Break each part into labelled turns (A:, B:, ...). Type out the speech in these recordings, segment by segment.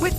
A: With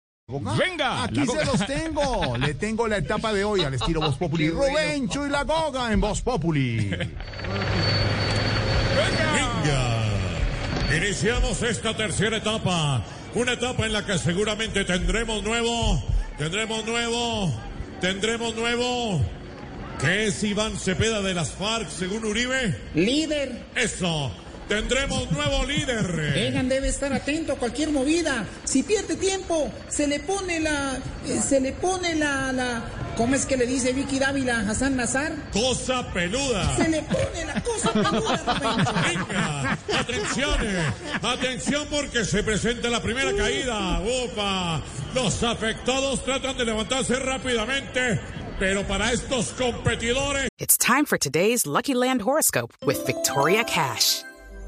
B: Venga,
C: Aquí
B: la Goga.
C: se los tengo. Le tengo la etapa de hoy al estilo Voz Populi. Rubencho y la Goga en Voz Populi.
D: Venga. Iniciamos esta tercera etapa, una etapa en la que seguramente tendremos nuevo, tendremos nuevo, tendremos nuevo. ¿Qué es Iván Cepeda de las FARC según Uribe?
E: Líder,
D: Eso, tendremos nuevo líder.
E: Egan debe estar atento a cualquier movida. Si pierde tiempo, se le pone la. eh, se le pone la, la. ¿Cómo es que le dice Vicky Dávila a Hassan Nazar?
D: Cosa peluda.
E: Se le pone la cosa peluda, Rubencho.
D: Venga, atención, eh. atención porque se presenta la primera caída. Upa, los afectados tratan de levantarse rápidamente, pero para estos competidores
F: It's time for today's Lucky Land horoscope with Victoria Cash.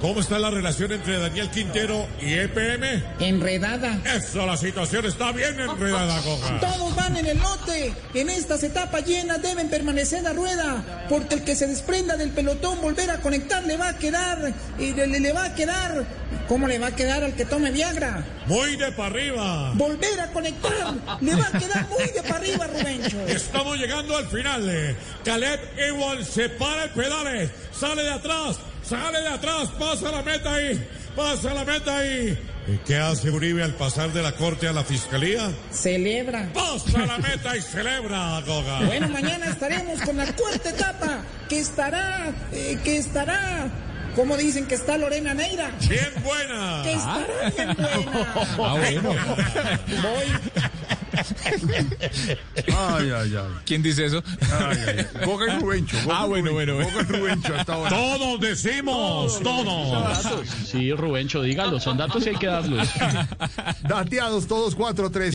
D: ¿Cómo está la relación entre Daniel Quintero y EPM?
E: Enredada.
D: Eso, la situación está bien enredada, Goga.
E: Todos van en el lote. En estas etapas llenas deben permanecer la rueda, porque el que se desprenda del pelotón volver a conectar le va a quedar, y le, le- le va a quedar, ¿cómo le va a quedar al que tome Viagra?
D: Muy de para arriba.
E: Volver a conectar le va a quedar muy de para arriba, Rubencho.
D: Estamos llegando al final. eh. Caleb Ewell se para el pedales. Sale de atrás. Sale de atrás. Pasa la meta ahí. Pasa la meta ahí. ¿Y qué hace Uribe al pasar de la corte a la fiscalía?
E: Celebra.
D: Pasa la meta y celebra, Goga.
E: Bueno, mañana estaremos con la cuarta etapa, que estará, eh, que estará, como dicen que está Lorena Neira,
D: Bien buena.
E: que
G: Ah.
E: estará bien buena.
B: Ah, bueno.
C: Ay, ay, ay.
B: ¿Quién dice eso?
C: ay, ay. Goga y Rubencho. Goga
B: Ah,
C: y
B: bueno, bueno,
C: Rubencho, Goga y Rubencho hasta ahora.
D: Todos decimos, todos.
H: Sí, Rubencho, dígalo, son datos y hay que darlos.
C: Dateados todos 4-3.